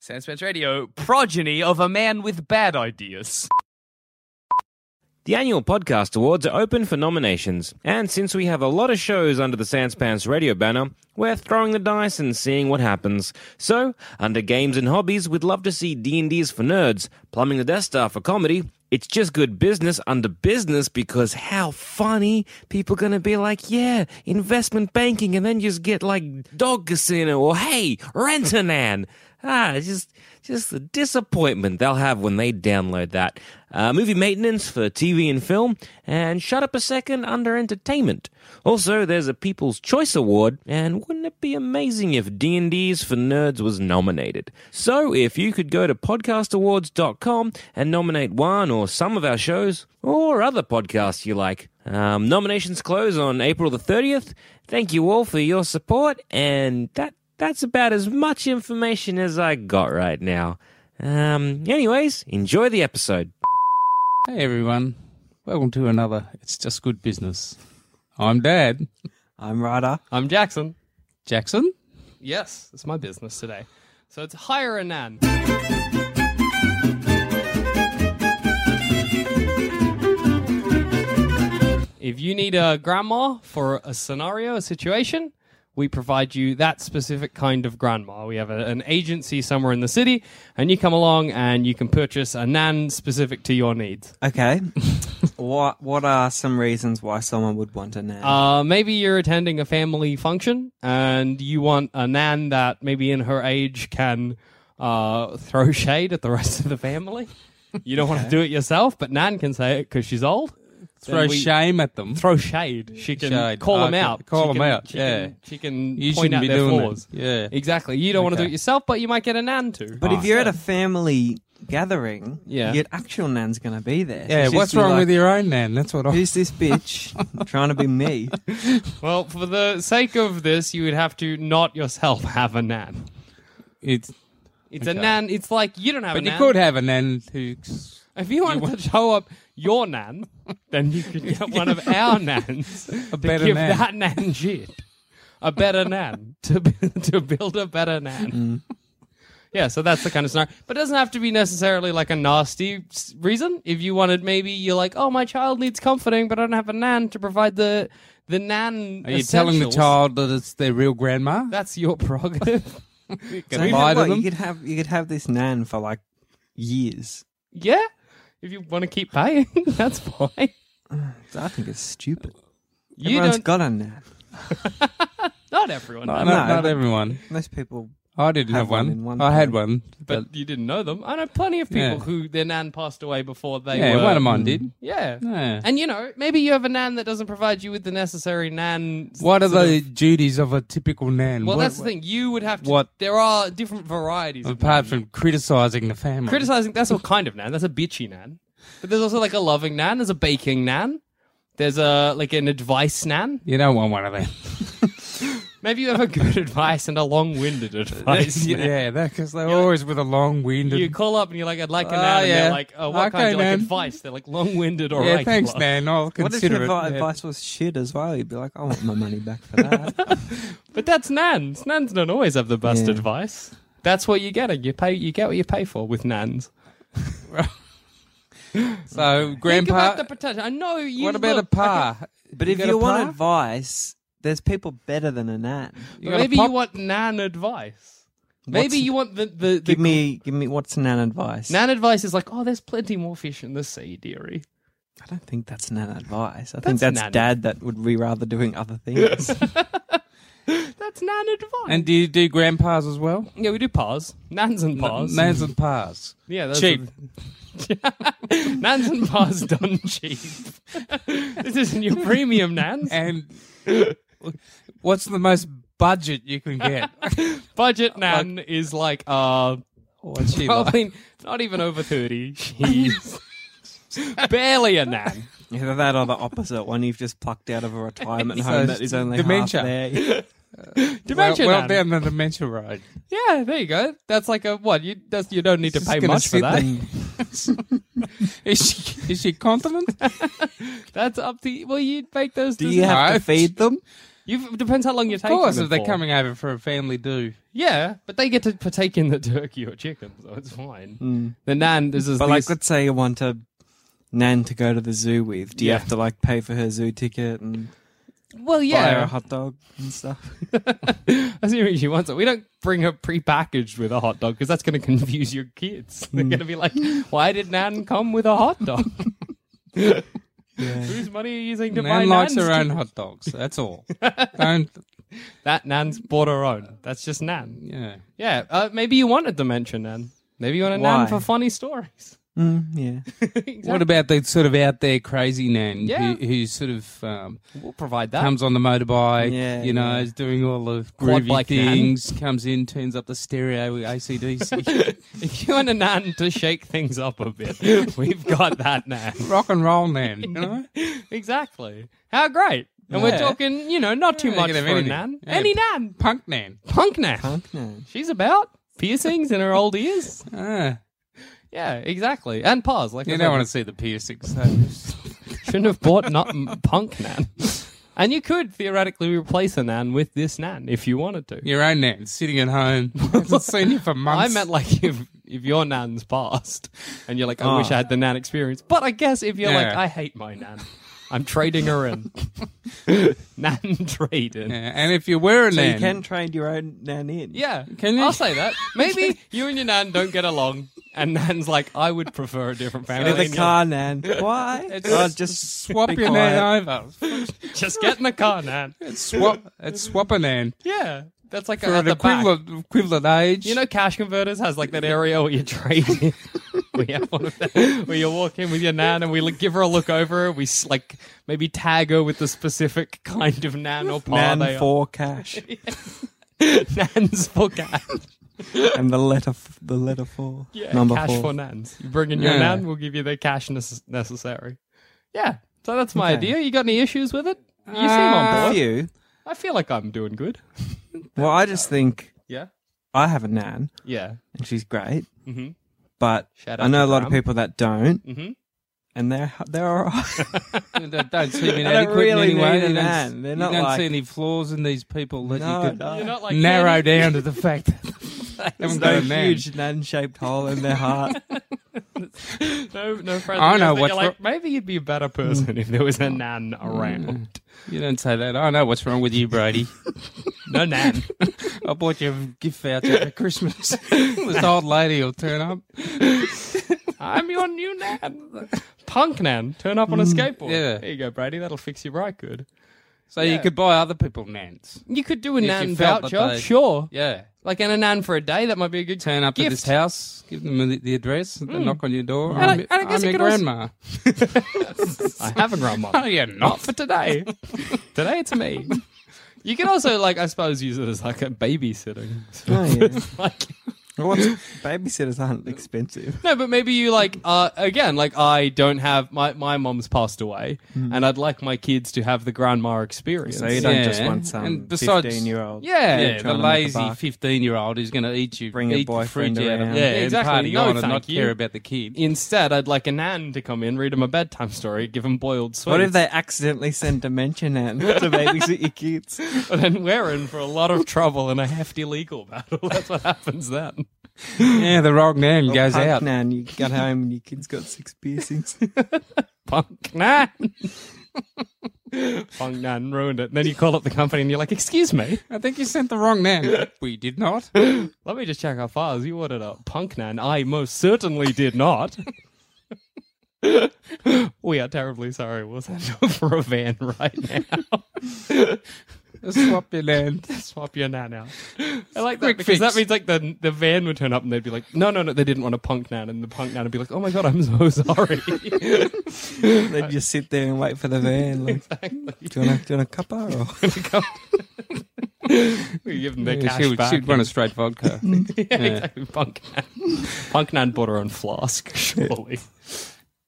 Sandspence Radio, progeny of a man with bad ideas. The annual podcast awards are open for nominations, and since we have a lot of shows under the Sanspants radio banner, we're throwing the dice and seeing what happens. So, under games and hobbies, we'd love to see D&D's for nerds, plumbing the Death Star for comedy. It's just good business under business because how funny people are gonna be like, yeah, investment banking, and then just get like dog casino or hey, Rentanan. Ah, it's just just the disappointment they'll have when they download that. Uh, movie maintenance for TV and film, and shut up a second under entertainment. Also, there's a People's Choice Award, and wouldn't it be amazing if D&D's for Nerds was nominated? So, if you could go to podcastawards.com and nominate one or some of our shows, or other podcasts you like. Um, nominations close on April the 30th. Thank you all for your support, and that that's about as much information as I got right now. Um, anyways, enjoy the episode. Hey everyone, welcome to another It's Just Good Business. I'm Dad. I'm Ryder. I'm Jackson. Jackson? Yes, it's my business today. So it's hire a nan. If you need a grandma for a scenario, a situation, we provide you that specific kind of grandma. We have a, an agency somewhere in the city, and you come along and you can purchase a nan specific to your needs. Okay. what what are some reasons why someone would want a Ah, nan? Uh, maybe you're attending a family function and you want a nan that maybe in her age can uh, throw shade at the rest of the family. You don't want to do it yourself, but nan can say it because she's old. Throw we- shame at them. Throw shade. She can Shade. Ah, call them Okay. out. Call She 'em can- out, She yeah. Can, she can You point shouldn't out be their doing flaws. it. Yeah. Exactly. You don't want to do Okay. it yourself, but you might get a nan to. Ah. but if you're at a family gathering, Yeah. your actual nan's going to be there. yeah, She's what's gonna be wrong like, with your own nan? That's what I Who's this bitch trying to be me? well, for the sake of this, you would have to not yourself have a nan. it's It's a nan. It's like you don't have a But you nan. could have a nan who's If you wanted to show up your nan, then you could get one of our nans a better to give nan. that nan shit. A better nan to b- to build a better nan. Yeah, so that's the kind of scenario. But it doesn't have to be necessarily like a nasty s- reason. If you wanted, maybe you're like, oh, my child needs comforting, but I don't have a nan to provide the the nan. Are you telling the essentials." child that it's their real grandma? That's your prerogative. Can So you, lie to know what? them? you could have you could have this nan for like years. yeah, if you want to keep paying, that's fine. So I think it's stupid. You Everyone's don't. got a nan. not everyone. Not, No. not everyone. Most people. I didn't have, Have one. one in one I had time. one. but you didn't know them. I know plenty of Yeah. people who their nan passed away before they yeah, were. one of mine did. Yeah. Yeah. And you know, maybe you have a nan that doesn't provide you with the necessary nan. What are sort of- the duties of a typical nan? Well, What- that's the thing. You would have to. what- There are different varieties. of Apart nan. from criticising the family. criticizing, that's a kind of nan. That's a bitchy nan. But there's also like a loving nan. There's a baking nan. There's a like an advice nan. You don't want one of them. Maybe you have a good advice and a long-winded advice. yeah, yeah, because they're always with a long winded. You call up and you're like, "I'd like an Ah, ad," and yeah. they're like, "Oh, what Okay, kind of like Nan. advice?" They're like, "Long-winded, or yeah, thanks, Nan. I'll What if your consider advi- it. Yeah. advice was shit as well? You'd be like, I want my money back for that. But that's Nans. Nans don't always have the best Yeah. advice. That's what you're getting. You pay. You get what you pay for with Nans. So, Think Grandpa, about the potential. I know you. what about a look- pa? but if got you a want pa? advice, there's people better than a nan. You But got a maybe pop? you want Nan advice. Maybe you want the the, the Give me, give me, what's nan advice? Nan advice is like, "Oh, there's plenty more fish in the sea, dearie." I don't think that's nan advice. I think That's that's nan. dad that would be rather doing other things. That's Nan advice. And do you do grandpas as well? yeah, we do pars, Nans and pars. Nans and pas. Yeah, that's Cheap. a- Nans and bars done cheap. this isn't your premium Nans. And what's the most budget you can get? Budget Nan is like uh What's she like? probably not even over thirty. She's barely a Nan. Either that or the opposite one you've just plucked out of a retirement home that is only Dementia. half there. well, Dementia well Nan. down the dementia road. Yeah, there you go. That's like a what you that's, you don't need to Just pay gonna much for sit that. there. is she is she continent? That's up to you. well, you make those. Do you have to No. feed them? You depends how long you Of take. course, them if they're for. coming over for a family do. Yeah, but they get to partake in the turkey or chicken, so it's fine. The nan is Hmm. But like, let's say you want a nan to go to the zoo with. Do you Yeah. have to like pay for her zoo ticket and well, buy her a yeah. hot dog and stuff? That's the reason she wants it. We don't bring her prepackaged with a hot dog because that's going to confuse your kids. They're going to be like, "Why did Nan come with a hot dog? Whose money are you using to buy Nan likes Nan's her kid?" own hot dogs. That's all. Don't That Nan's bought her own. That's just Nan. yeah. Yeah, uh, maybe you want a dementia Nan. Maybe you want a Nan Why? for funny stories. Mm, yeah. What about the sort of out there crazy nan Yeah. who, who sort of um, We'll provide that. comes on the motorbike, Yeah, you know, yeah. is doing all the Quad groovy bike nan. things, comes in, turns up the stereo with ACDC. if you want a Nan to shake things up a bit, we've got that Nan. Rock and roll nan, you know? exactly. How great. And we're Yeah. talking, you know, not too Yeah, you much can for have a anything. nan. Yeah. Any nan. Punk nan. Punk nan. Punk nan. She's about piercings in her old ears. Ah, Yeah, exactly. And pause. Like I you said, don't want to see the piercings. So. shouldn't have bought not m- punk nan. And you could theoretically replace a nan with this nan if you wanted to. Your own nan sitting at home. hasn't seen you for I months. meant like if if your nan's passed and you're like, I Ah. wish I had the nan experience. But I guess if you're like, Yeah. I hate my nan, I'm trading her in. nan trading. Yeah, and if you were a So nan, you can trade your own nan in. Yeah, Can you- I'll say that. Maybe you and your nan don't get along, and nan's like, I would prefer a different family. With And a you're car nan. Why? It's oh, just- just swap be your quiet. nan over. like, Just get in the car, nan. It's swap. It's swap a nan Yeah, that's like for at an the back. equivalent equivalent age. You know, cash converters has like that area where you trade. in. we have one of that where you walk in with your nan, and we look, give her a look over. We s- like maybe tag her with the specific kind of nan or par Oh, they Nan are. for cash nans for cash. and the letter f- the letter four Yeah, number cash four. for nans. You bring in your Yeah. nan, we'll give you the cash necess- necessary. Yeah, so that's my idea. You got any issues with it? You seem on A board. few. I feel like I'm doing good. Well, I just think Yeah, I have a nan yeah. and she's great, Mhm. but Shout out I know a to lot of Graham. people that don't, Mhm. and they're they're all right. don't, don't seem don't inadequate really in any way. need a You nan. don't, They're you not don't like- see any flaws in these people that you could You're not like narrow narrowed. down to the fact that they There's haven't no got a nan. huge nan shaped hole in their heart. No, no friends. I know of yours that what's you're wrong- like. Maybe you'd be a better person if there was a nan around. You don't say that. I know what's wrong with you, Brady. No nan. I bought you a gift voucher for Christmas. this old lady will turn up. I'm your new nan. Punk nan, turn up on a skateboard. yeah. There you go, Brady. That'll fix you right good. So Yeah. you could buy other people nans. You could do a If you nan felt that voucher, they- sure. Yeah. Like and a nan for a day, that might be a good Turn up at gift. this house, give them the, the address, they knock on your door. I- I'm, and I guess I'm your it could also- grandma. I have a grandma. Oh, you're Not not. for today. today it's me. You can also like I suppose use it as like a babysitting. So Oh, yeah. like What's, babysitters aren't expensive. No, but maybe you like uh, again, like I don't have my my mom's passed away, Hmm. and I'd like my kids to have the grandma experience. So you don't Yeah. just want some And besides- fifteen-year-old. Yeah, trying the to make a lazy buck. fifteen-year-old who's going to eat you, Bring your eat the boyfriend fridge out of- around. yeah, Yeah, and exactly. party No, on and thank not you. care about the kid. Instead, I'd like a nan to come in, read them a bedtime story, give them boiled sweets. What if they accidentally send Dementia Nan to babysit your kids? But then we're in for a lot of trouble and a hefty legal battle. That's what happens then. Yeah, the wrong man goes Punk out. Nan, you get home and your kid's got six piercings. Punk nan. Punk nan ruined it. And then you call up the company and you're like, "Excuse me, I think you sent the wrong man. we did not. let me just check our files. You ordered a punk nan. I most certainly did not." we are terribly sorry. We'll send you for a van right now. Swap your land. Swap your nan out. I like that Quick because fix. that means like the the van would turn up and they'd be like, "No, no, no, they didn't want a punk nan," and the punk nan would be like, "Oh my god, I'm so sorry." they just sit there and wait for the van. Like, do, you want a, do you want a cuppa? Or? we give them their Yeah, Mm. cash she would, back. she'd run a straight vodka. Yeah, exactly. Punk Nan. Punk Nan bought her own flask, surely.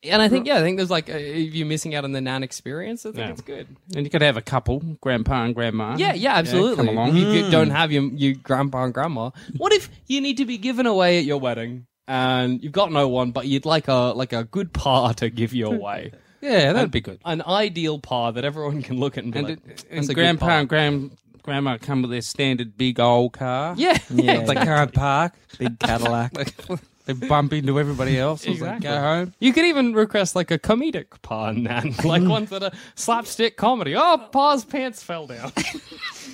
And I think, yeah, I think there's like, uh, if you're missing out on the Nan experience, I think Yeah. it's good. and you could have a couple, grandpa and grandma. Yeah, yeah, absolutely. come along. Hmm. You g- don't have your, your grandpa and grandma. What if you need to be given away at your wedding and you've got no one, but you'd like a like a good par to give you away? Yeah, that'd be good. An ideal par that everyone can look at and be And, like, it, "That's a and good grandpa par." and grand, grandma come with their standard big old car. yeah, yeah, They can't park. Big Cadillac. They bump into everybody else as Exactly. they go home. You could even request like a comedic par nan, like ones that are slapstick comedy. Oh, pa's pants fell down.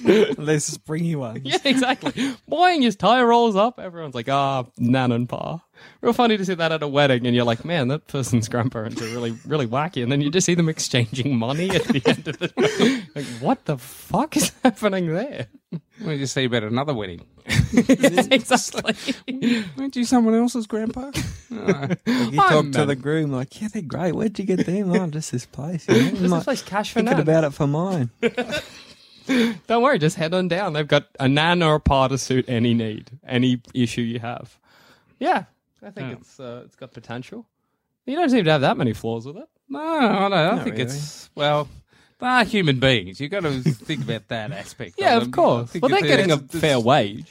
Those springy ones. yeah, exactly. Boing, his tie rolls up. Everyone's like, ah, nan and pa. Real funny to see that at a wedding, and you're like, man, that person's grandparents are really, really wacky. And then you just see them exchanging money at the end of it. like, what the fuck is happening there? We'll just see about another wedding. exactly. Weren't you someone else's grandpa? Like, you talk to the groom, like, yeah, they're great. Where'd you get them? Oh, just this place. You know? Just this place cash for Thinking nan. about it for mine. Don't worry, just head on down. They've got a nan or a par to suit any need, any issue you have. Yeah, I think it's uh, it's got potential. You don't seem to have that many flaws with Oh, it. No, I don't. I Not think really. it's well. They are human beings. You've got to think about that aspect. um, Yeah, them. of course. I think Well, they're it's- getting a it's- it's- fair wage.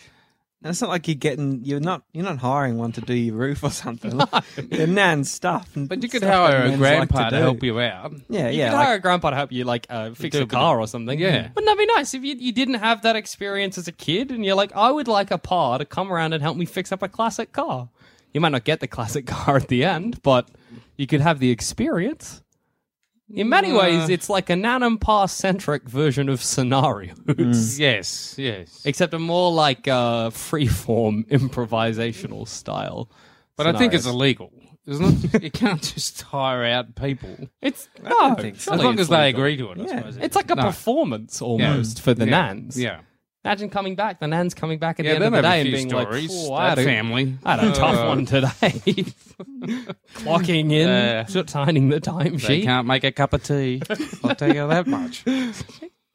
And it's not like you're getting you're not you're not hiring one to do your roof or something. They're nan stuff. And But you could stuff that hire a nans grandpa like to, help you out. Yeah, You yeah. could like- hire a grandpa to help you, like, uh, fix do a a bit of- car or something. Yeah. Wouldn't that be nice if you, you didn't have that experience as a kid and you're like, I would like a par to come around and help me fix up a classic car? You might not get the classic car at the end, but you could have the experience. In many ways, it's like a Nanonpa centric version of scenarios, Mm. Yes, yes. except a more like uh, freeform improvisational style. But I think it's scenarios. illegal, isn't it? you can't just hire out people It's no, think so. as surely long it's as they legal. agree to it. I Yeah. suppose. It's like a No. performance almost for the Yeah. nans. Yeah, Imagine coming back, the nan's coming back at yeah. the Then end of the they have day a and few being stories. like, "Phew, I that had, a, family. I had a tough Uh, one today. Clocking in, Yeah. signing the They timesheet. can't make a cup of tea. I'll tell you that much.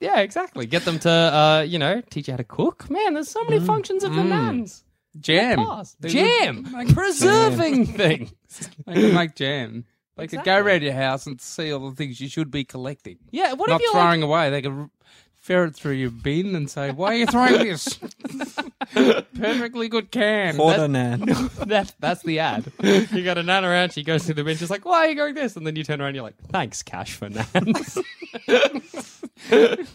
Yeah, exactly. Get them to, uh, you know, teach you how to cook. Man, there's so many functions of the nans. Jam. Pass. Mm, They Jam. Preserving things. They can make jam. They could go Exactly. around your house and see all the things you should be collecting. Yeah, what Not if you're like, throwing away. They could r- ferret through your bin and say, "Why are you throwing this? Perfectly good can." Order nan. that, that's the ad. You got a nan around, she goes to the bin, she's like, why are you going this? And then you turn around, you're like, thanks, Cash for Nans.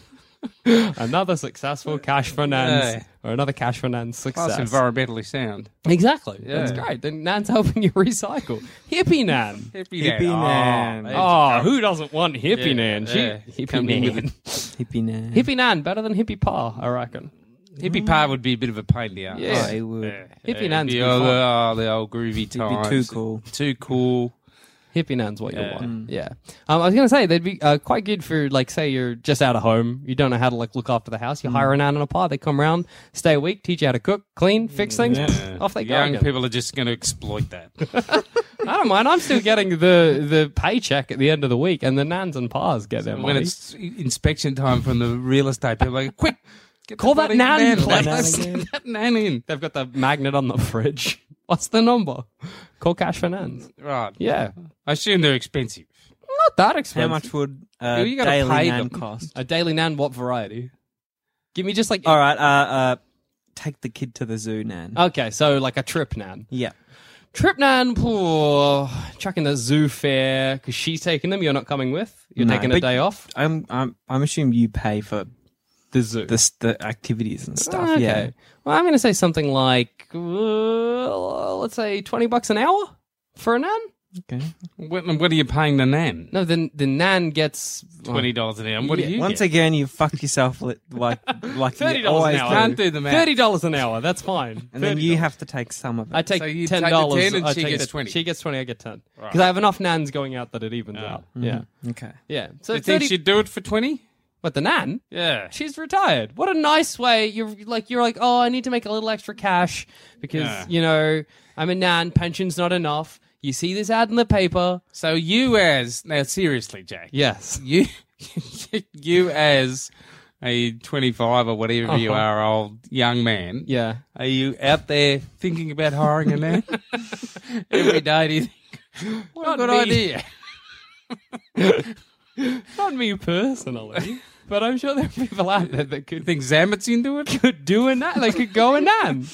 another successful Cash for Nans. Or another Cash for Nans That's success. environmentally sound. exactly. That's Yeah. great. Then Nan's helping you recycle. Hippie Nan. Hippie, Hippie nan. nan. Oh, Oh, who doesn't want Hippie Yeah, Nan? Gee, yeah. Hippie Come in with Nan. Hippie nan. Hippie Nan, better than Hippie Pa, I reckon. oh, hippie pie would be a bit of a pain in the ass. Yeah. Oh, it would. Hippie Yeah, Nan's the, be old, fine. oh, the old groovy It'd times. be too cool. Too cool. Hippie nan's what you want. Yeah. Um, I was gonna say they'd be uh, quite good for like say you're just out of home, you don't know how to like look after the house. You hire a nan and a pa. They come round, stay a week, teach you how to cook, clean, fix things. Off they The go. young again. people are just going to exploit that. I don't mind. I'm still getting the the paycheck at the end of the week, and the nans and pas get their when money. it's inspection time from the real estate people, like, quick, Get Call the that bloody nan, man please. in. Get that nan in. They've got the magnet on the fridge. What's the number? Call cash for nans. Right. Yeah, I assume they're expensive. not that How expensive. much would uh, You gotta daily pay nan them. cost? A daily nan, what variety? Give me just like. All right, uh, uh, take the kid to the zoo, nan. Okay, so like a trip nan. yeah, Trip nan, poor. Chucking the zoo fare because she's taking them. You're not coming with. You're No, taking a but- day off. I'm I'm I'm assuming you pay for The zoo. Oh, the s- the activities and stuff. Okay. Yeah, Well, I'm going to say something like, uh, let's say, twenty bucks an hour for a nan. okay. What, what are you paying the nan? No, then the nan gets Twenty dollars an hour. What Yeah. do you Once get? again, you fucked yourself li- like like $30 you always an hour. do. Can't do the math. thirty dollars an hour. That's fine. and then you have to take some of it. I take So you take ten the dollars. 10 and I she take gets the- 20. She gets twenty. I get ten because I have enough nans going out that it evens out. Yeah, okay. yeah. Do So you think 30 she'd do it for twenty? but the nan, Yeah. she's retired. What a nice way. You're like you're like oh, I need to make a little extra cash because Yeah. you know I'm a nan. Pension's not enough. You see this ad in the paper. So you as now seriously, Jack. Yes. You you as a twenty five or whatever you Uh-huh. are old young man. Yeah. Are you out there thinking about hiring a nan? Every day do you think what a Not good me. idea. Not me personally, but I'm sure there are people out there that could You think Zamet's into it? could do a nan. They could go a nan.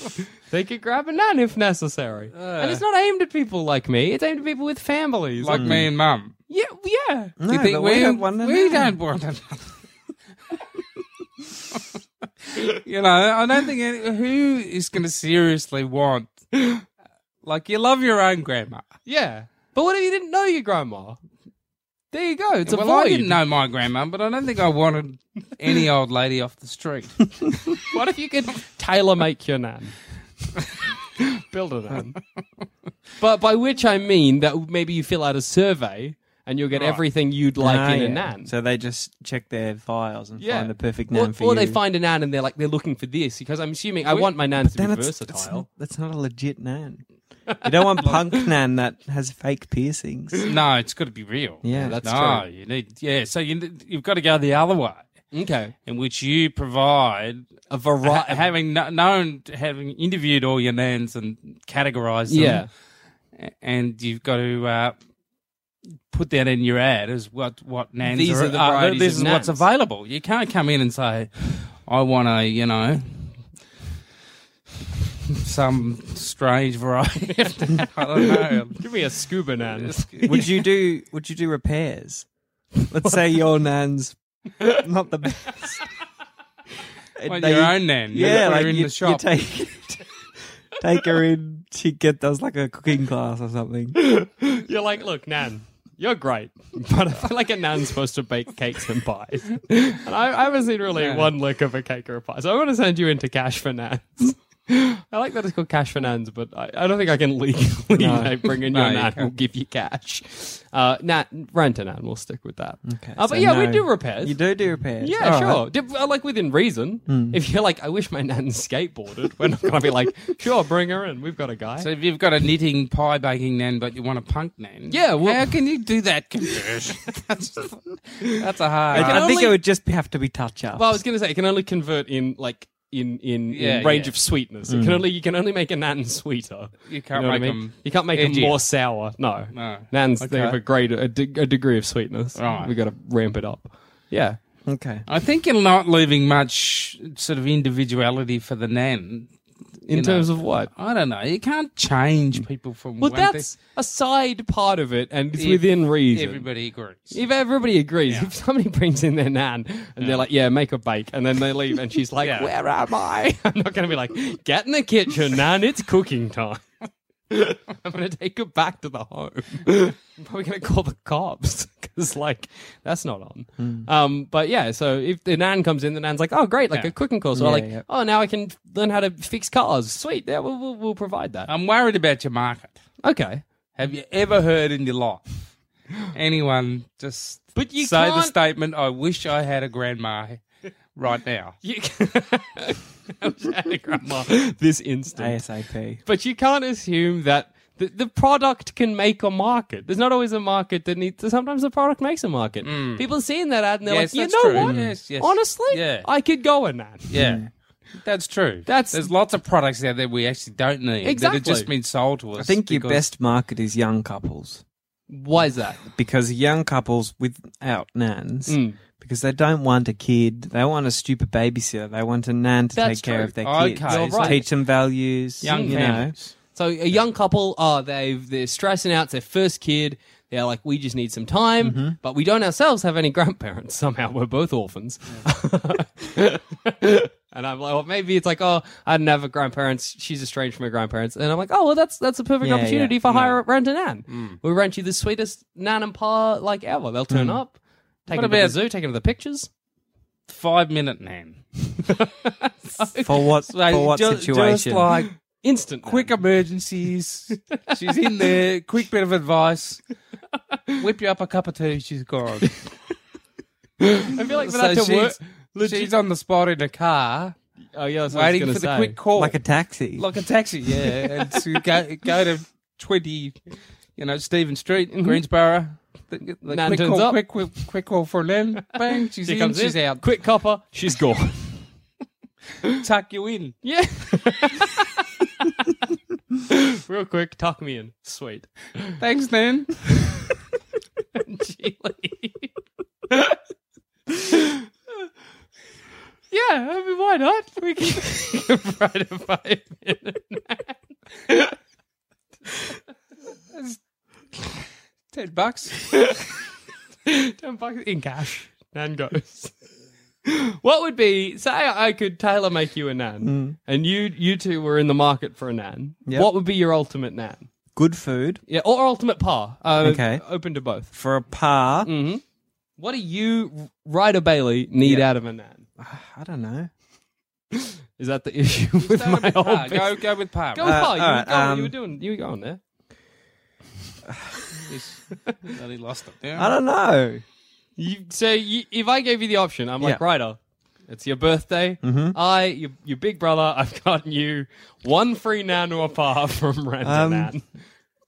They could grab a nan if Uh. necessary. and it's not aimed at people like me. It's aimed at people with families. Like me and Mum. yeah, yeah. No, you think but we, we have one and we a don't want another. you know, I don't think any, who is going to seriously want. Like you love your own grandma. Yeah. But what if you didn't know your grandma? There you go. It's a well, void. I didn't know my grandma, but I don't think I wanted any old lady off the street. What if you could tailor make your nan? Build a nan. but by which I mean that maybe you fill out a survey and you'll get everything you'd like Ah, in yeah. a nan. So they just check their files and Yeah. find the perfect or, nan for or you. they find a nan and they're like they're looking for this because I'm assuming I want my nan to be Then it's, it's versatile. not, that's not a legit nan. You don't want punk nan that has fake piercings. no, it's got to be real. Yeah, that's no, you need. Yeah, so you, you've got to go the other way, Okay. in which you provide A Right, variety. having kn- known, having interviewed all your nans and categorised them, yeah. and you've got to uh, put that in your ad as what what nans uh, These are the varieties this of is what's nans. available. You can't come in and say, "I want a you know some strange variety." I don't know. Give me a scuba nan. Would you do? Would you do repairs? Let's say your nan's not the best. Well, They- your own nan, You Yeah, put her like in you, the shop. you take take her in. She get does like a cooking class or something. You're like, look, Nan, you're great, but I feel like a Nan's supposed to bake cakes and pies. And I, I haven't seen really one lick of a cake or a pie, so I'm going to send you into Cash for Nans. I like that it's called Cash for Nans, but I, I don't think I can legally like, bring in No, your you Nan. can't. We'll give you cash. Uh, Nan, rent a Nan. We'll stick with that. Okay, Uh, but so yeah, we no. do repairs. You do do repairs. Yeah, All right. sure. Did- uh, like within reason. Hmm. If you're like, I wish my nan skateboarded, we're not going to be like, sure, bring her in. We've got a guy. So if you've got a knitting pie baking nan, but you want a punk nan, Yeah, well- how can you do that conversion? that's, that's a hard. I, I can think only- it would just be- have to be touch up. Well, I was going to say it can only convert in like in in, Yeah, in range yeah. of sweetness. It can only you can only make a nan sweeter. You can't know what make I mean? 'em You can't make them edgier. more sour. No, No. Nans Okay. they have a grade a, de- a degree of sweetness. Right. we got to ramp it up. Yeah, okay. I think you're not leaving much sort of individuality for the nan. in You terms know. of what. I don't know. You can't change people from. Well, one that's thing. a side part of it, and it's If within reason. Everybody agrees. If everybody agrees, if somebody brings in their nan and they're like, "Yeah, make a bake," and then they leave, and she's like, Yeah. "Where am I?" I'm not going to be like, "Get in the kitchen, nan. It's cooking time." I'm going to take her back to the home. I'm probably going to call the cops because, like, that's not on. Um, but yeah, so if the nan comes in, the nan's like, "Oh, great, like Yeah. a cooking course," or Yeah, like, yeah. "Oh, now I can learn how to fix cars. Sweet, yeah, we'll, we'll, we'll provide that." I'm worried about your market. okay. Have you ever heard in your life anyone just But you say the can't- statement, "I wish I had a grandma." Right now, You grandma this instant. ASAP. Mm. But you can't assume that The, the product can make a market. There's not always a market that needs. Sometimes the product makes a market. People are seeing that ad and they're Mm. Yes, like, you that's know true. what? Yes, yes. Honestly, Yeah. I could go in that. Yeah. That's true. That's- There's lots of products out there we actually don't need that Exactly. have just been sold to us. I think your because- best market is young couples Why is that? because young couples without nans. Mm. Because they don't want a kid, they want a stupid babysitter. They want a nan to That's take care true. of their Okay, kids, You're right. teach them values, young you know. families. So a young couple, uh, they've they're stressing out. It's their first kid. They're like, we just need some time, but we don't ourselves have any grandparents. Somehow we're both orphans. and I'm like, well, maybe it's like, oh, I didn't have a grandparents. She's estranged from her grandparents. And I'm like, oh, well, that's that's a perfect Yeah, opportunity yeah. for hire rent a nan. We rent you the sweetest nan and pa like ever. They'll turn up, take What them to the about- zoo, take them to the pictures. Five minute nan. For what for what just, Just situation? like Instant, quick emergencies. she's in there. Quick bit of advice. Whip you up a cup of tea. She's gone. I feel like for so that to work. she's, she's on the spot in a car, Oh yeah, that's what I was waiting gonna for the say. quick call, like a taxi. like a taxi. Yeah, and to go go to twenty, you know, Stephen Street, Mm-hmm. in Greensboro. The, the Man quick turns call, up. Quick, quick, quick call for a limb. Bang, she's She in, comes she's in, out. Quick copper, she's gone. tuck you in. Yeah. Real quick, tuck me in. Sweet. Thanks, Nan. Chili. yeah, I mean, why not? We can give right a five minute. Ten bucks. Ten bucks in cash. Nan goes. What would be say I could tailor make you a nan, and you you two were in the market for a nan. Mm. Yep. What would be your ultimate nan? Good food Yeah, or ultimate par. Uh, Okay. open to both. for a par. Mm-hmm. What do you, Ryder Bailey, need out of a nan? I don't know. Is that the issue with my whole Par. bit? Go, go with par. Go right? far. You, all were right, going, um, you were doing. You were going there. Well, he lost it. I don't know. You so you, if I gave you the option, I'm like Yeah. Mm-hmm. Ryder. It's your birthday. I, your, your big brother, I've gotten you one free nan or par from rent Um, nan.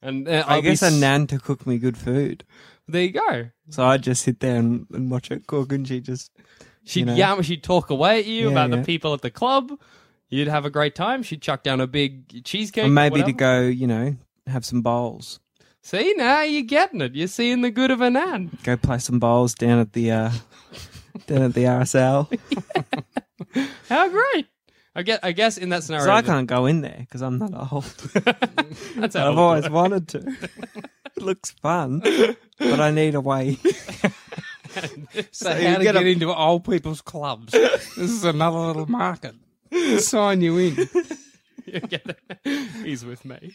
And uh, I I'll be guess a s- nan to cook me good food. There you go. So I'd just sit there and, and watch her cook and she just She'd know? yam, she'd talk away at you Yeah, about yeah. the people at the club. You'd have a great time. She'd chuck down a big cheesecake. or maybe whatever. to go, you know, have some bowls. See now you're getting it. You're seeing the good of a nan. Go play some bowls down at the uh down at the RSL. How great! I get. I guess in that scenario, So I that- can't go in there because I'm not old. that's how I've it'll always wanted to. It looks fun, but I need a way. So, how to get, into old people's clubs. this is another little market. Sign you in. You get it. He's with me.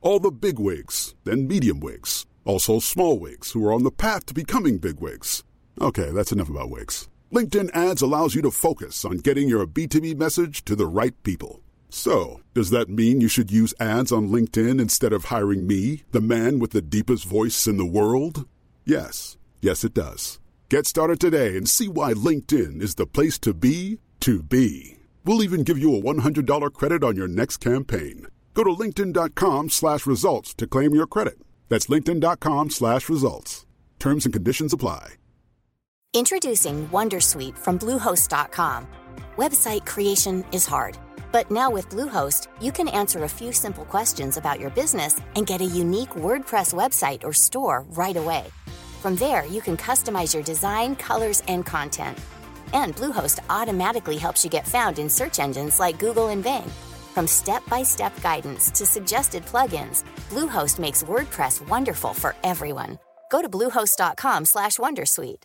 All the big wigs, then medium wigs, also small wigs who are on the path to becoming big wigs. Okay, that's enough about Wix. LinkedIn ads allows you to focus on getting your B2B message to the right people. So, does that mean you should use ads on LinkedIn instead of hiring me, the man with the deepest voice in the world? Yes, yes, it does. Get started today and see why LinkedIn is the place to be to be. We'll even give you a $100 credit on your next campaign. Go to linkedin.com slash results to claim your credit. That's linkedin.com slash results. Terms and conditions apply. Introducing Wondersuite from Bluehost.com. Website creation is hard, but now with Bluehost, you can answer a few simple questions about your business and get a unique WordPress website or store right away. From there, you can customize your design, colors, and content. And Bluehost automatically helps you get found in search engines like Google and Bing. From step-by-step guidance to suggested plugins, Bluehost makes WordPress wonderful for everyone. Go to bluehost.com/wondersuite.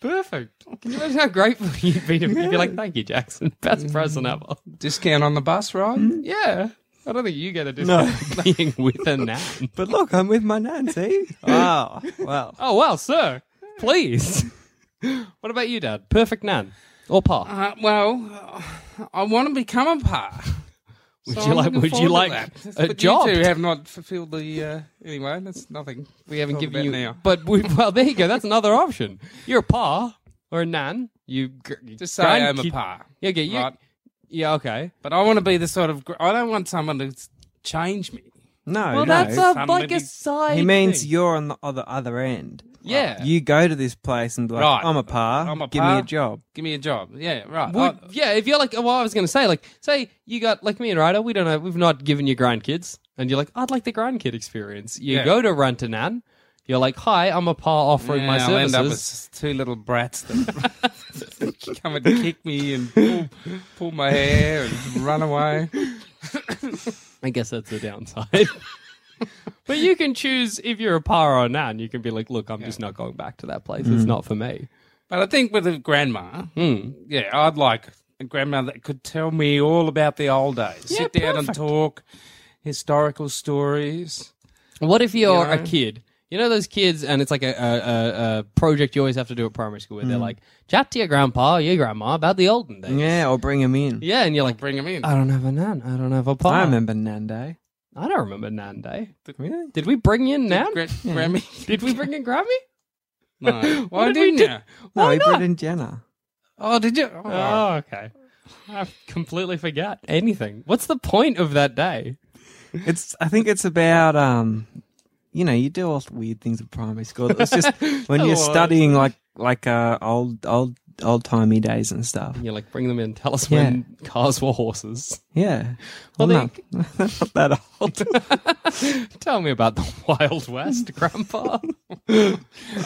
Perfect. Can you imagine how grateful you'd be to you'd be like, thank you, Jackson. Best present ever. Discount on the bus ride? Yeah. I don't think you get a discount for being with a nan. But look, I'm with my nan, see? Ah, Wow. Wow. Oh, well, sir. Please. what about you, Dad? Perfect nan. Or pa. Uh, well, I want to become a par. Would So you I'm like looking would forward you to like that. a but job? You two have not fulfilled the. Uh, anyway, that's nothing. we haven't Talk given about you Oh, now. But we, well, there you go. That's another option. You're a pa or a nan. You gr- Just say grand I'm a kid- par. Yeah, okay, you, Right. yeah, okay. But I want to be the sort of. gr- I don't want someone to s- change me. No, no. Well, that's a, like Somebody- a side. he means thing. you're on the other, other end. Yeah. You go to this place and be like, Right. I'm a par. I'm a Give me par. a job. Give me a job. Yeah, right. Would, I- yeah, if you're like, well, I was going to say, like, say you got like me and Ryder, we don't know, we've not given you grind kids, and you're like, I'd like the grind kid experience. You Yeah. go to rent a nan, you're like, hi, I'm a par offering my Yeah, I'll services. end up with s- two little brats that come and kick me and pull, pull my hair and run away. I guess that's the downside. but you can choose if you're a par or a nan. You can be like, look, I'm just not going back to that place. Mm-hmm. It's not for me. But I think with a grandma, yeah, I'd like a grandma that could tell me all about the old days. Yeah, Sit down and perfect. talk historical stories. What if you're Yeah. a kid? You know those kids, and it's like a, a, a, a project you always have to do at primary school where they're like, chat to your grandpa or your grandma about the olden days. Mm. Yeah, or bring him in. Yeah, and you're like, Bring them in. I don't have a nan. I don't have a pa. I remember Nan Day. I don't remember nan day. Really? Did we bring in nan? Gra- Grammy. Did we bring in Grammy? No. Why What did we didn't do? you? No, Why he not? brought in Jenna. Oh, did you? Oh, Oh, okay. I completely forgot anything. What's the point of that day? It's. I think it's about um, you know, you do all weird things at primary school. It's just when you're Well, studying like like uh old old old timey days and stuff. And you're like, bring them in. Tell us Yeah. when cars were horses. Yeah. Well, Well, they- not, not that old. Tell me about the Wild West, Grandpa.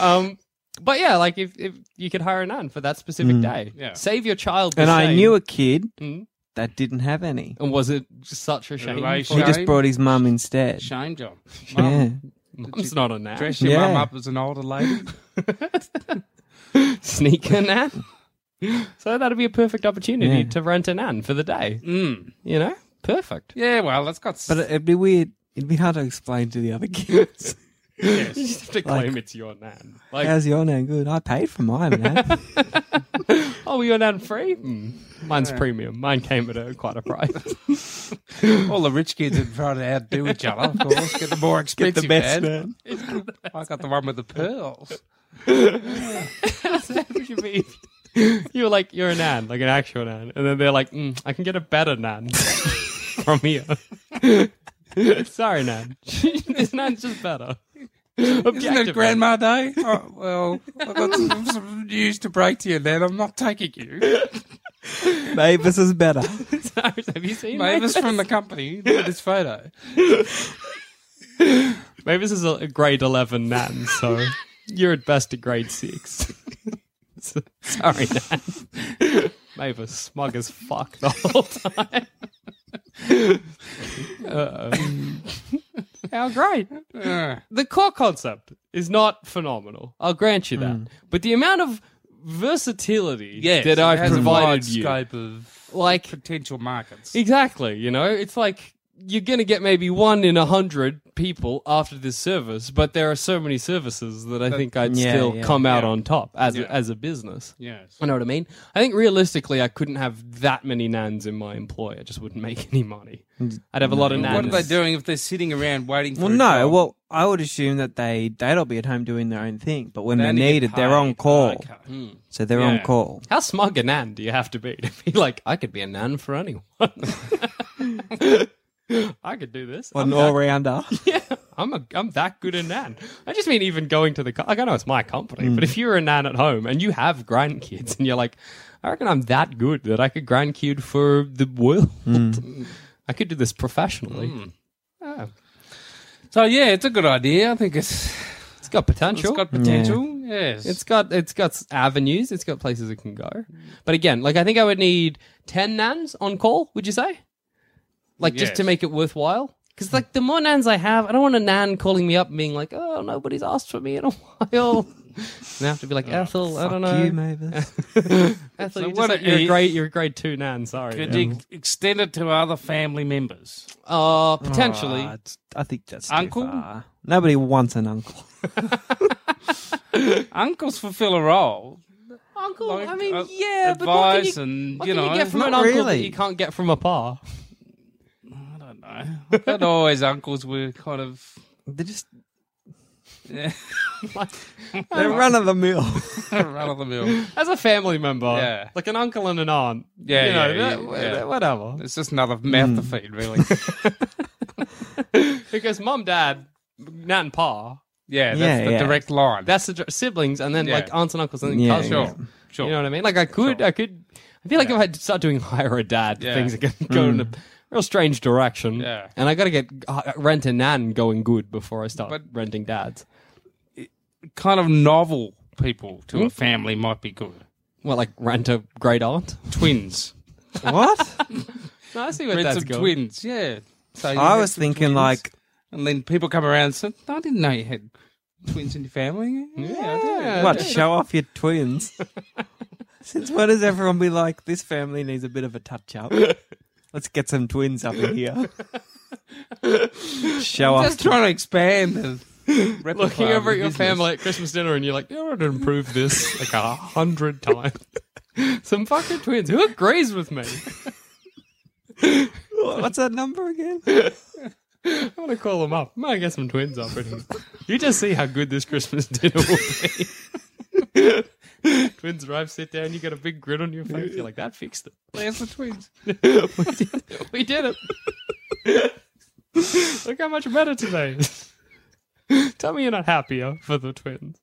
um, but yeah, like if, if you could hire a nan for that specific day, Yeah. save your child. The Mm. and I shame. knew a kid Mm. that didn't have any. And was it such a shame? Relation- He just Shame. brought his mum instead. Shame job. Yeah. Mum, Mum's not a nan. Dress your Yeah. mum up as an older lady. sneak a nan. so that'd be a perfect opportunity Yeah. to rent a nan for the day. Mm. You know, perfect. Yeah, well, that's got. s- But it'd be weird. It'd be hard to explain to the other kids. You just have to claim it's your nan. Like, How's your nan good? I paid for mine, man. oh, your nan free? Mm. Mine's premium. Mine came at a, quite a price. all the rich kids would try to outdo each other, of course. Get the more Get expensive the best, ad. man. I got the one with the pearls. That would be- You're like you're a nan, like an actual nan, and then they're like, mm, I can get a better nan from here. Sorry, nan. this nan's just better. Isn't it Grandma Day? Oh, well, I've got some, some news to break to you, Nan. I'm not taking you. Mavis is better. Have you seen Mavis from the company did this photo. Mavis is a a grade 11 Nan, so you're at best a grade 6. So- Sorry, Nan. Mavis, smug as fuck the whole time. Uh-oh. How great. Uh, The core concept is not phenomenal. I'll grant you that. Mm. But the amount of versatility yes, that I've it has a wide provided you. scope of Like, potential markets. Exactly. You know, it's like you're going to get maybe one in a hundred people after this service, but there are so many services that I think I'd yeah, still yeah, come out yeah. on top as Yeah. a, as a business. Yes. I know what I mean. I think realistically, I couldn't have that many nans in my employ. I just wouldn't make any money. Mm. I'd have a lot of nans. What are they doing if they're sitting around waiting for Well, a no. job? Well, I would assume that they they'd all be at home doing their own thing, but when They they're only get needed, they're paid. on call. Okay. So they're Yeah. on call. How smug a nan do you have to be to be like, I could be a nan for anyone? I could do this. What an I'm- all rounder. I'm a, I'm that good a nan. I just mean even going to the co- like I know it's my company, but if you're a nan at home and you have grandkids and you're like, I reckon I'm that good that I could grandkid for the world. I could do this professionally. Oh, So yeah, it's a good idea. I think it's it's got potential. it's got potential. Yes, It's got it's got s- avenues. It's got places it can go. But again, like I think I would need ten nans on call. Would you say? Like just to Yes. make it worthwhile. Because like the more nans I have, I don't want a nan calling me up and being like, "Oh, nobody's asked for me in a while." and I have to be Oh, like, "Ethel, I don't know, You, Mavis. Ethel, So you what are just, you're a you- great, you're a grade two nan. Sorry, Could Yeah. you ex- extend it to other family members? uh, potentially." Ah, it's- I think that's Uncle? uncle. Too far. Nobody wants an uncle. Uncles fulfill a role. Uncle, Like, I mean, uh, yeah, but what advice can and, you, what you can know, you get from not an uncle that really. you can't get from a pa? I don't know. I thought always uncles were kind of. They're just Like, they're run of the mill. Run of the mill. as a family member, Yeah. like an uncle and an aunt. Yeah, you know, yeah, yeah, that- yeah. whatever. It's just another mouth Hmm. to feed, really. Because mum, dad, nan, and pa, Yeah, that's Yeah, the yeah. direct line. that's the dr- siblings, and then Yeah. like aunts and uncles, and then Yeah, cousins. sure, yeah. sure. You know what I mean? Like I could, I could. I feel like if I start doing hire a dad, Yeah. things are going to go in a real strange direction. Yeah. And I got to get uh, rent and nan going good before I start But- renting dads. kind of novel people to a family might be good. Well, like rent a great aunt. Twins. what? No, I see where Rents that's of going. twins, yeah. So you I rent was some thinking twins, like And then people come around and say, I didn't know you had twins in your family. Yeah, I do. what? Show off your twins. Since when does everyone be like this family needs a bit of a touch up? Let's get some twins up in here. Show off. Just trying to expand the Looking repertoire of the over at your business. family at Christmas dinner and you're like, you want to improve this like a hundred times. Some fucking twins. Who agrees with me? What's that number again? I'm going to call them up. I'm going to get some twins up. And you just see how good this Christmas dinner will be. twins arrive, sit down, you get a big grin on your face. You're like, that fixed it. There's the twins. we did it. We did it. Look how much better today is. Tell me you're not happier for the twins.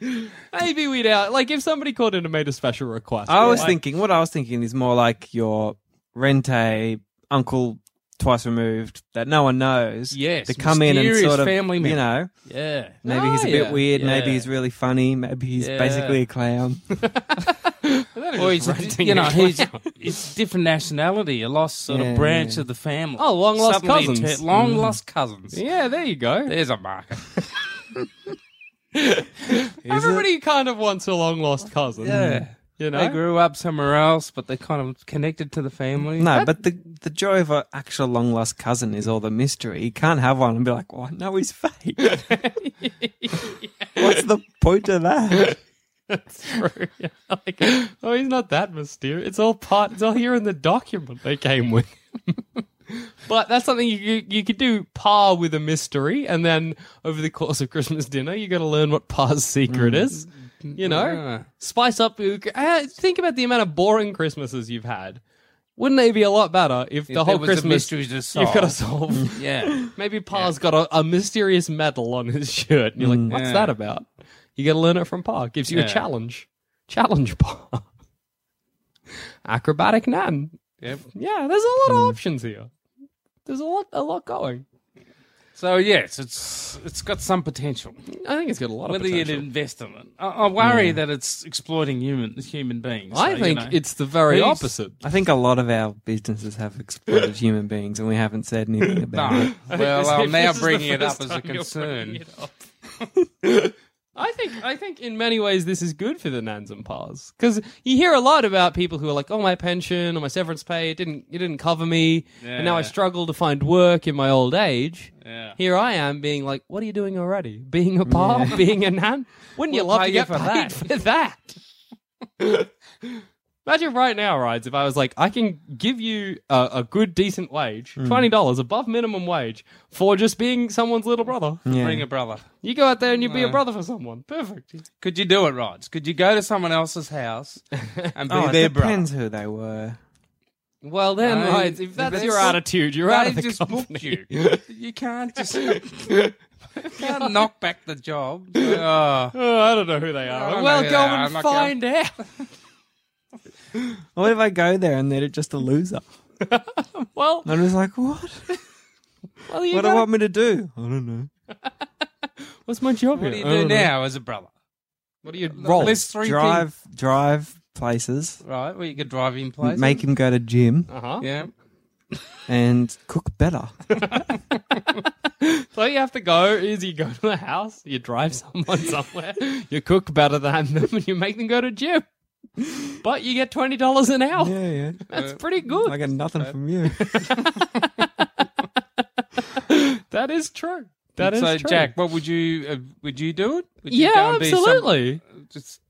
Maybe we'd out like if somebody called in and made a special request. I was like, thinking, what I was thinking is more like your rente uncle twice removed that no one knows. Yes, To come in and mysterious sort of, family you member. know, Yeah. maybe he's a Oh, bit weird, maybe he's really funny, maybe he's Yeah. basically a clown. Or he's, a di- you know, he's it's different nationality, a lost sort Yeah, Mm. of branch of the family. Oh, long lost Suddenly cousins. it tur- long lost cousins. Yeah, there you go. There's a market. Everybody kind of wants a long lost cousin. Yeah. You know? They grew up somewhere else, but they kind of connected to the family. No, but the the joy of an actual long lost cousin is all the mystery. You can't have one and be like, well, I know he's fake. What's the point of that? like, oh, he's not that mysterious. It's all part. It's all here in the document they came with. but that's something you, you you could do par with a mystery, and then over the course of Christmas dinner, you got to learn what par's secret is. You know, Mm. Yeah. spice up. Uh, think about the amount of boring Christmases you've had. Wouldn't they be a lot better if, the there whole was a Christmas mystery to you've got to solve. solve? Yeah. Maybe Pa's got a, a mysterious medal on his shirt, and you're like, "What's Yeah. that about?" You got to learn it from Pa. Gives you a Yeah. challenge. Challenge Pa. Acrobatic Nan. Yep. Yeah, there's a lot of options here. There's a lot, a lot going. So yes, it's it's got some potential. I think it's got a lot Whether of you'd potential. invest in it, I, I worry that it's exploiting human human beings. I so, you think know. it's the very Please. opposite. I think a lot of our businesses have exploited human beings and we haven't said anything about it. No. well, I'm now This is the bringing it up first as a time you're bringing concern. it up. I think I think in many ways this is good for the nans and pas because you hear a lot about people who are like, "Oh, my pension or my severance pay it didn't it didn't cover me, and now I Yeah. struggle to find work in my old age." Yeah. Here I am being like, "What are you doing already? Being a pa, being a nan? Wouldn't you We'll love pay to you get for paid that." for that?" Imagine right now, rides. If I was like, I can give you a, a good, decent wage, Mm. twenty dollars above minimum wage, for just being someone's little brother. Bring a brother. You go out there and you be a brother for someone. Perfect. Could you do it, Rods? Could you go to someone else's house and be Oh, it their brother? depends who they were. Well, then, I- right, if that's they your booked- attitude, you're out of the just company. booked you. You can't just you can't knock back the job. Oh, Oh, I don't know who they I are. don't well, know who go they are. and I'm not find out. What if I go there and they're just a loser? Well, And I was like, what? well you What do you gotta- want me to do? I don't know. what's my job what do here? you I do don't know. now as a brother? What do you Oh, roll? List three Drive, drive places. things, right? Where you could drive in m- places. Make him go to gym Uh-huh. yeah. and cook better. So you have to go is you go to the house, you drive someone somewhere, you cook better than them, and you make them go to gym. But you get twenty dollars an Oh. hour. Yeah, yeah. That's pretty good. I get nothing from you. that is true. That is so, true. Jack, what would you uh, would you do it? Would you go yeah, and be some- absolutely. just,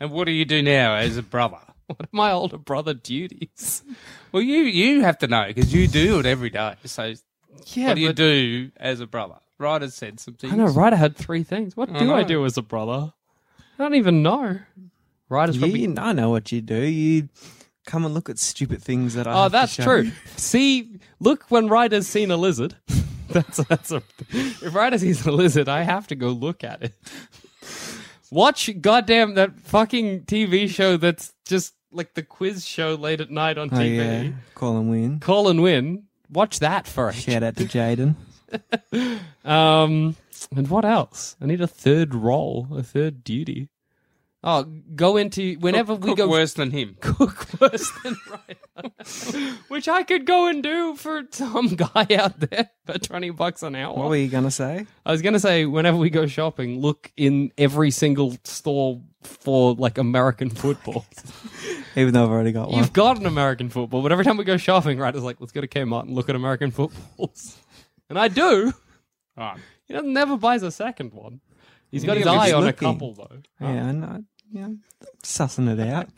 and what do you do now as a brother? What are my older brother duties? Well, you you have to know because you do it every day. So, Yeah, what do you but- do as a brother? Ryder's said some things. I know Ryder had three things. What do I know. do as a brother? I don't even know. Ryder's You- probably you- I know what you do. You come and look at stupid things that I. Oh, have to that's show true. you. See, look when Ryder's seen a lizard. That's that's a. If Ryder sees a lizard, I have to go look at it. Watch goddamn that fucking TV show that's just like the quiz show late at night on Oh, TV. yeah. Call and win. Call and win. Watch that first. Shout out to Jaden. Um, and what else? I need a third role, a third duty. Oh, go into whenever cook we go worse than him. cook worse than Ryan, which I could go and do for some guy out there for 20 bucks an hour. What were you gonna say? I was going to say, whenever we go shopping, look in every single store for like American football. Even though I've already got one. You've got an American football, but every time we go shopping, right, it's like, let's go to Kmart and look at American footballs. And I do. Right. He doesn't never buys a second one. He's got his Yeah, but eye he's on looking. a couple, though. Yeah, I know. Yeah, I'm sussing it out.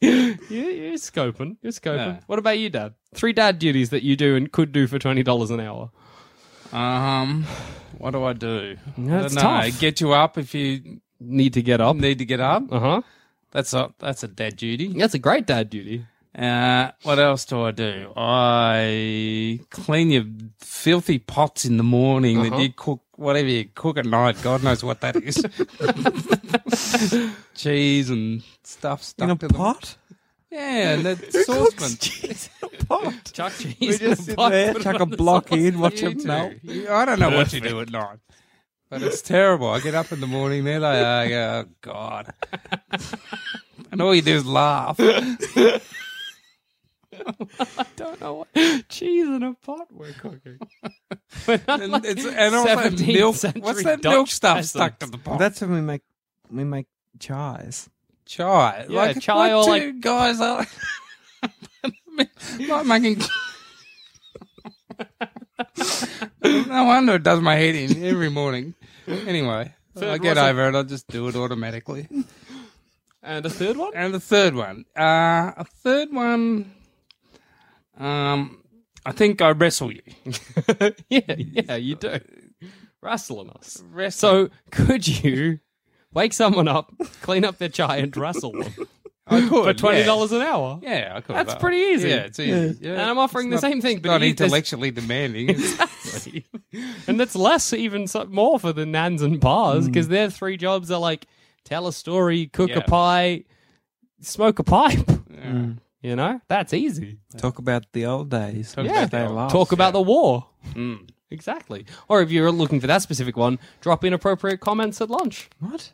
you, you're scoping. You're scoping. Yeah. What about you, Dad? Three dad duties that you do and could do for twenty dollars an hour. Um, what do I do? That's I don't know. tough. Get you up if you Need to get up. need to get up. Uh huh. That's a that's a dad duty. That's a great dad duty. Uh, what else do I do? I clean your filthy pots in the morning that you cook, whatever you cook at night. God knows what that is. Cheese and stuff stuck In a to them. pot. Yeah, and that saucepan. pot. Chuck cheese. We just sit there, chuck a block in, watch You it two. melt. You- I don't know what you do at night, but it's terrible. I get up in the morning, there they are. I go, oh, God. and all you do is laugh. don't know what cheese in a pot we're cooking. We're not And, like it's, and also 17th milk. century What's that Dutch milk stuff peasants. stuck to the pot? That's when we make we make chais. chai. Yeah, like, chai what or two like- guys are like making. no wonder it does my head in every morning. Anyway, I get was a- over it. I just do it automatically. And a third one. And the third one, uh, a third one. Um, I think I wrestle you. yeah, yeah, you do. uh, Wrestling us. So could you wake someone up, clean up their chai, and wrestle them I could for twenty yeah. dollars an hour? Yeah. I could. That's Uh, pretty easy. Yeah, it's easy. Yeah. And I'm offering the same thing, but Not you- intellectually demanding. Exactly. and that's less even so, more for the nans and bars because their three jobs are like tell a story, cook Yeah. a pie, smoke a pipe. Yeah. You know, that's easy. Talk about the old days. Talk Talk about about the old- Talk about the war. Mm. Exactly. Or if you're looking for that specific one, drop inappropriate comments at lunch. what?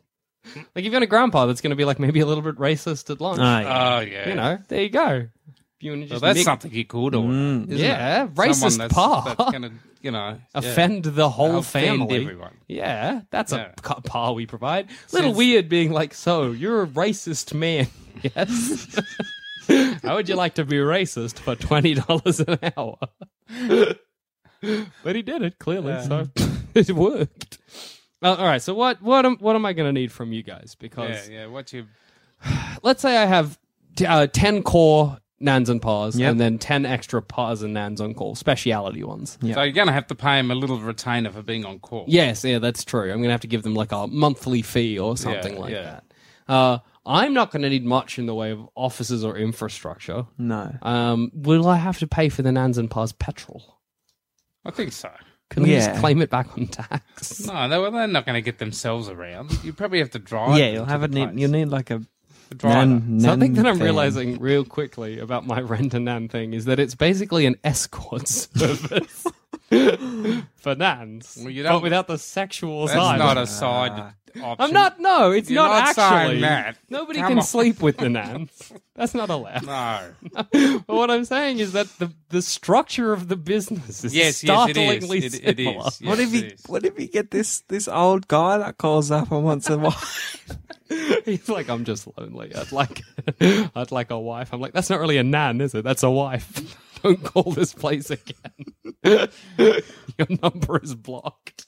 Like if you're on a grandpa that's going to be like maybe a little bit racist at lunch. Ah, Oh yeah. yeah. You know, there you go. If you want to Well, just that's mix- something you could order. Mm. isn't Yeah, it? racist Someone that's, par. That's gonna, you know, offend the whole Offend family. everyone. Yeah, that's Yeah. a cu- par we provide. Little weird being like, so you're a racist man, yes? How would you like to be racist for twenty dollars an hour? but he did it clearly, so it worked. Uh, all right, so what what am what am I going to need from you guys? Yeah. Because yeah, yeah. What's your let's say I have t- uh, 10 core nans and pars Yep. and then 10 extra pars and nans on call, speciality ones. Yeah. So you're gonna have to pay him a little retainer for being on call. Yes, yeah, that's true. I'm going to have to give them like a monthly fee or something like yeah. that. Uh, I'm not going to need much in the way of offices or infrastructure. No. Um, will I have to pay for the Nans and Pa's petrol? I think so. Can we just Yeah. claim it back on tax? No, they, well, they're not going to get themselves around. You probably have to drive. yeah, them you'll to have a the need, place. you'll need like a The driver. nan, So I think nan that I'm fan. realizing real quickly about my rent and nan thing is that it's basically an escort service for nans, Well, you but don't- without the sexual That's side. Ah. not a side option. I'm not. No, it's You're not not, saying actually. that. Nobody Come can on. sleep with the nans. That's not allowed. No. but what I'm saying is that the the structure of the business is Yes, yes, it is. startlingly It- it similar. is. What Yes, if it you is. What if you get this this old guy that calls up and wants a wife? He's like, I'm just lonely. I'd like, I'd like a wife. I'm like, that's not really a nan, is it? That's a wife. Don't call this place again. Your number is blocked.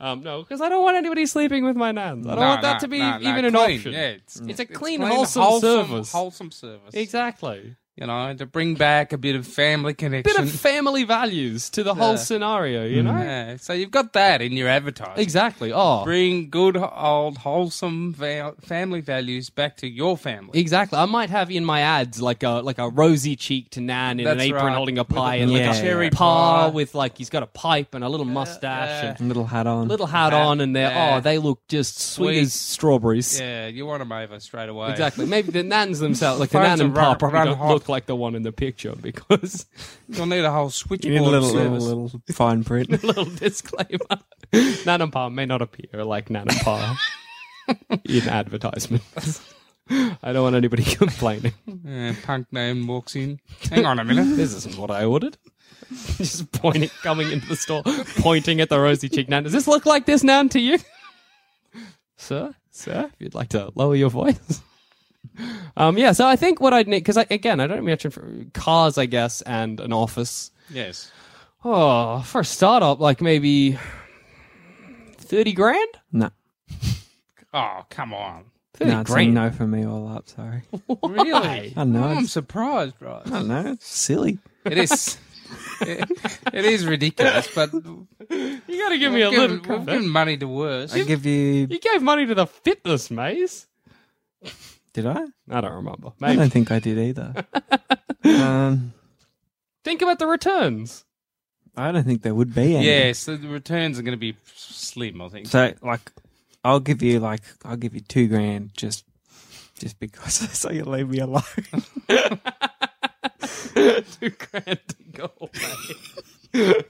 Um, no, because I don't want anybody sleeping with my nans. I don't No, want that no, to be no, no, even an clean. option. Yeah, it's, It's a clean, wholesome service. Wholesome service. Exactly. You know, to bring back a bit of family connection. Bit of family values to the whole scenario, you know? Yeah, so you've got that in your advertising. Mm-hmm. Exactly. Oh, Bring good old wholesome va- family values back to your family. exactly. I might have in my ads like a like a rosy cheeked nan in an That's apron right. holding a With a- pie and with a like a cherry pa pie. with like he's got a pipe and a little mustache and Little hat on. little hat on and they're Yeah. oh they look just sweet, Sweet. as strawberries Yeah, you want them over straight away. exactly maybe the nans themselves like the Phones nan are and pa run- probably run don't hot. look like the one in the picture because You'll need a whole you switchboard need a little, little service. little fine print. little disclaimer nan and pa may not appear like nan and pa in advertisements I don't want anybody complaining. Yeah, punk name walks in. Hang on a minute. This isn't what I ordered. Just pointing, coming into the store, pointing at the rosy cheek nan. Does this look like this nan to you? sir, sir, if you'd like to lower your voice. Um, yeah, so I think what I'd need, because I, again, I don't mention for cars, I guess, and an office. yes. Oh, for a startup, like maybe 30 grand? no, Oh, come on. 30 no, it's a grand. no for me all up. Sorry. Really? Oh, I know. I'm It's, surprised, bro. I don't know. It's silly. It is. It, it is ridiculous, but You gotta give me a we've little. given- we've given money to worse. I give you. You gave money to the fitness maze? Did I? I don't remember. I Maybe. don't think I did either. um, Think about the returns. I don't think there would be any. Yes, the returns are going to be slim. I think. So like, I'll give you like I'll give you two grand just just because so you leave me alone. two grand to go away.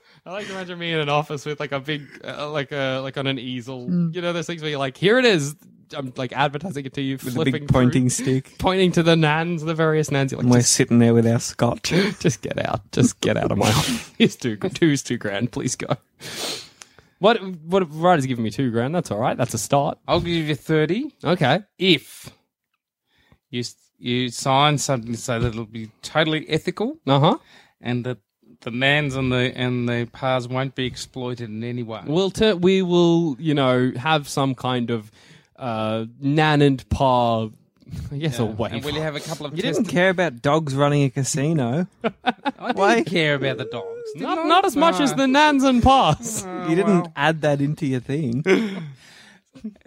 I like to imagine me in an office with like a big, uh, like a like on an easel. Hmm. You know those things where you're like, here it is. I'm like advertising it to you, With a flipping big through, pointing stick. pointing to the nans, the various nans. You're And we're like, just, sitting there with our scotch. just get out, just get out of my office. Here's two, two's two grand. Please go. What what Ryder's giving me two grand? That's all right. That's a start. I'll give you thirty Okay. E. if you s- you sign something to say that it'll be totally ethical Uh huh. and that the nans and the and the pars won't be exploited in any way. We'll t- we will, you know, have some kind of uh, nan and pa. I guess a wave. and will you have a couple of? You test- didn't care about dogs running a casino. I didn't Why? care about the dogs. did Uh, I? Not, not as much No. as the nans and pas. you didn't add that into your thing.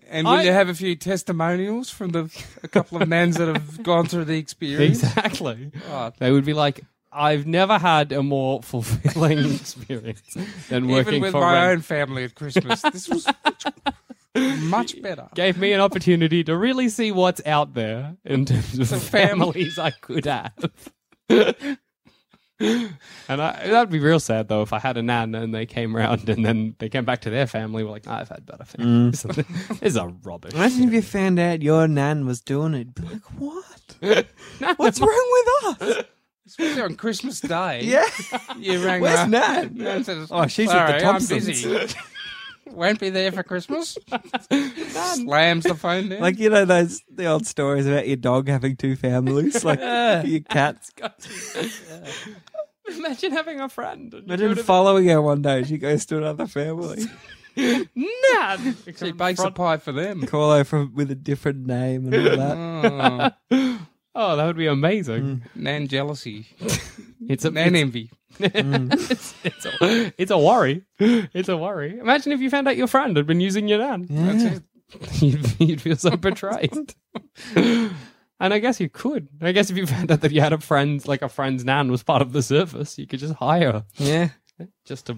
And will I- you have a few testimonials from the a couple of nans that have gone through the experience? exactly. Oh. They would be like, I've never had a more fulfilling experience than working Even with for my rent. own family at Christmas, this was much better. Gave me an opportunity to really see what's out there in terms of families I could have. and I, that'd be real sad though if I had a nan and they came round and then they came back to their family. Were like, I've had better families. this is a rubbish. Mm. Imagine if you found out your nan was doing it. You'd be like, what? What's wrong with us? Especially on Christmas Day. Yeah. You rang Where's up. Nan? Nan says, Oh, she's with Sorry, the I'm Thompsons." busy. Won't be there for Christmas. Slams the phone down. Like you know those the old stories about your dog having two families, like your cats. Imagine having a friend. and you Imagine would've- following her one day. She goes to another family. Nan. she bakes a pie for them. Call her from with a different name and all that. Oh, Oh, that would be Mm. amazing. Nan jealousy. It's a Nan it's, envy. Mm. it's, it's a it's a worry. It's a worry. Imagine if you found out your friend had been using your nan. That's it. you'd, you'd feel so betrayed. and I guess you could. I guess if you found out that you had a friend, like a friend's nan was part of the service, you could just hire her Yeah. just to,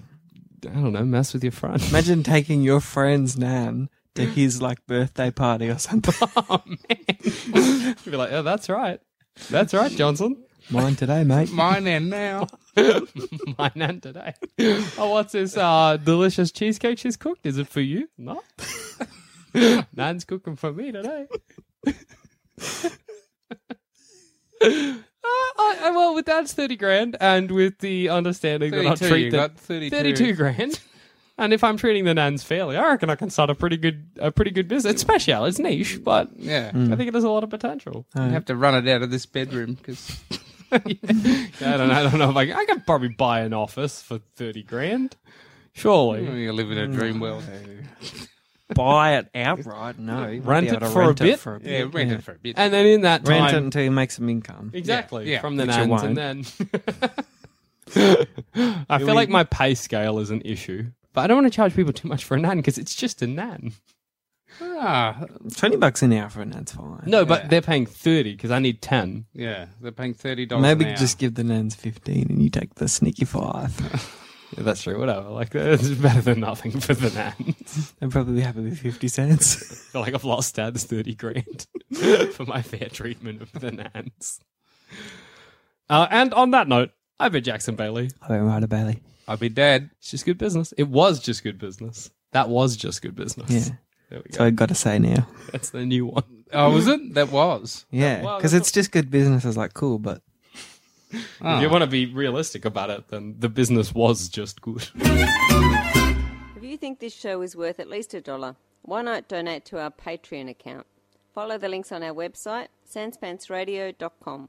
I don't know, mess with your friend. Imagine taking your friend's nan to his like birthday party or something. oh, man. You'd be like, oh, that's right. That's right, Johnson. Mine today, mate. Mine and now. Mine and today. Oh, what's this uh, delicious cheesecake she's cooked? Is it for you? No. Nan's cooking for me today. Uh, I, I, well, with that's 30 grand, and with the understanding that I'll 32, treat you the, got 32. 32 grand. And if I'm treating the nans fairly, I reckon I can start a pretty good a pretty good business. It's special, it's niche, but Yeah. Mm. I think it has a lot of potential. I have to run it out of this bedroom because I don't know. I don't know if I, I could probably buy an office for thirty grand. Surely, you live in Mm. a dream world. Buy it outright. No, you Rent won't be able it to for a rent bit? It for a bit. Yeah, rent it for a bit. and then in that Rent it time, until you make some income. exactly Yeah, yeah, from the which you nans, and then I feel we- like my pay scale is an issue, but I don't want to charge people too much for a nan because it's just a nan. Ah, Twenty bucks an hour for a nan's fine. No, but they're paying thirty because I need ten. yeah, they're paying thirty dollars. Maybe just give the nans fifteen and you take the sneaky five. Yeah, that's true. Whatever. Like it's better than nothing for the nans. They'd probably be happy with fifty cents. Feel like I've lost out this thirty grand for my fair treatment of the nans. Uh, and on that note, I've been Jackson Bailey. I've been right, Bailey. I'll be dead. It's just good business. It was just good business. That was just good business. Yeah. There we So go. I got to say now. That's the new one. Oh, was Mm. it? That was. Yeah, well, because that's it's just good business. Is like cool, but Ah. If you want to be realistic about it, then the business was just good. If you think this show is worth at least a dollar, why not donate to our Patreon account? Follow the links on our website, sanspantsradio.com.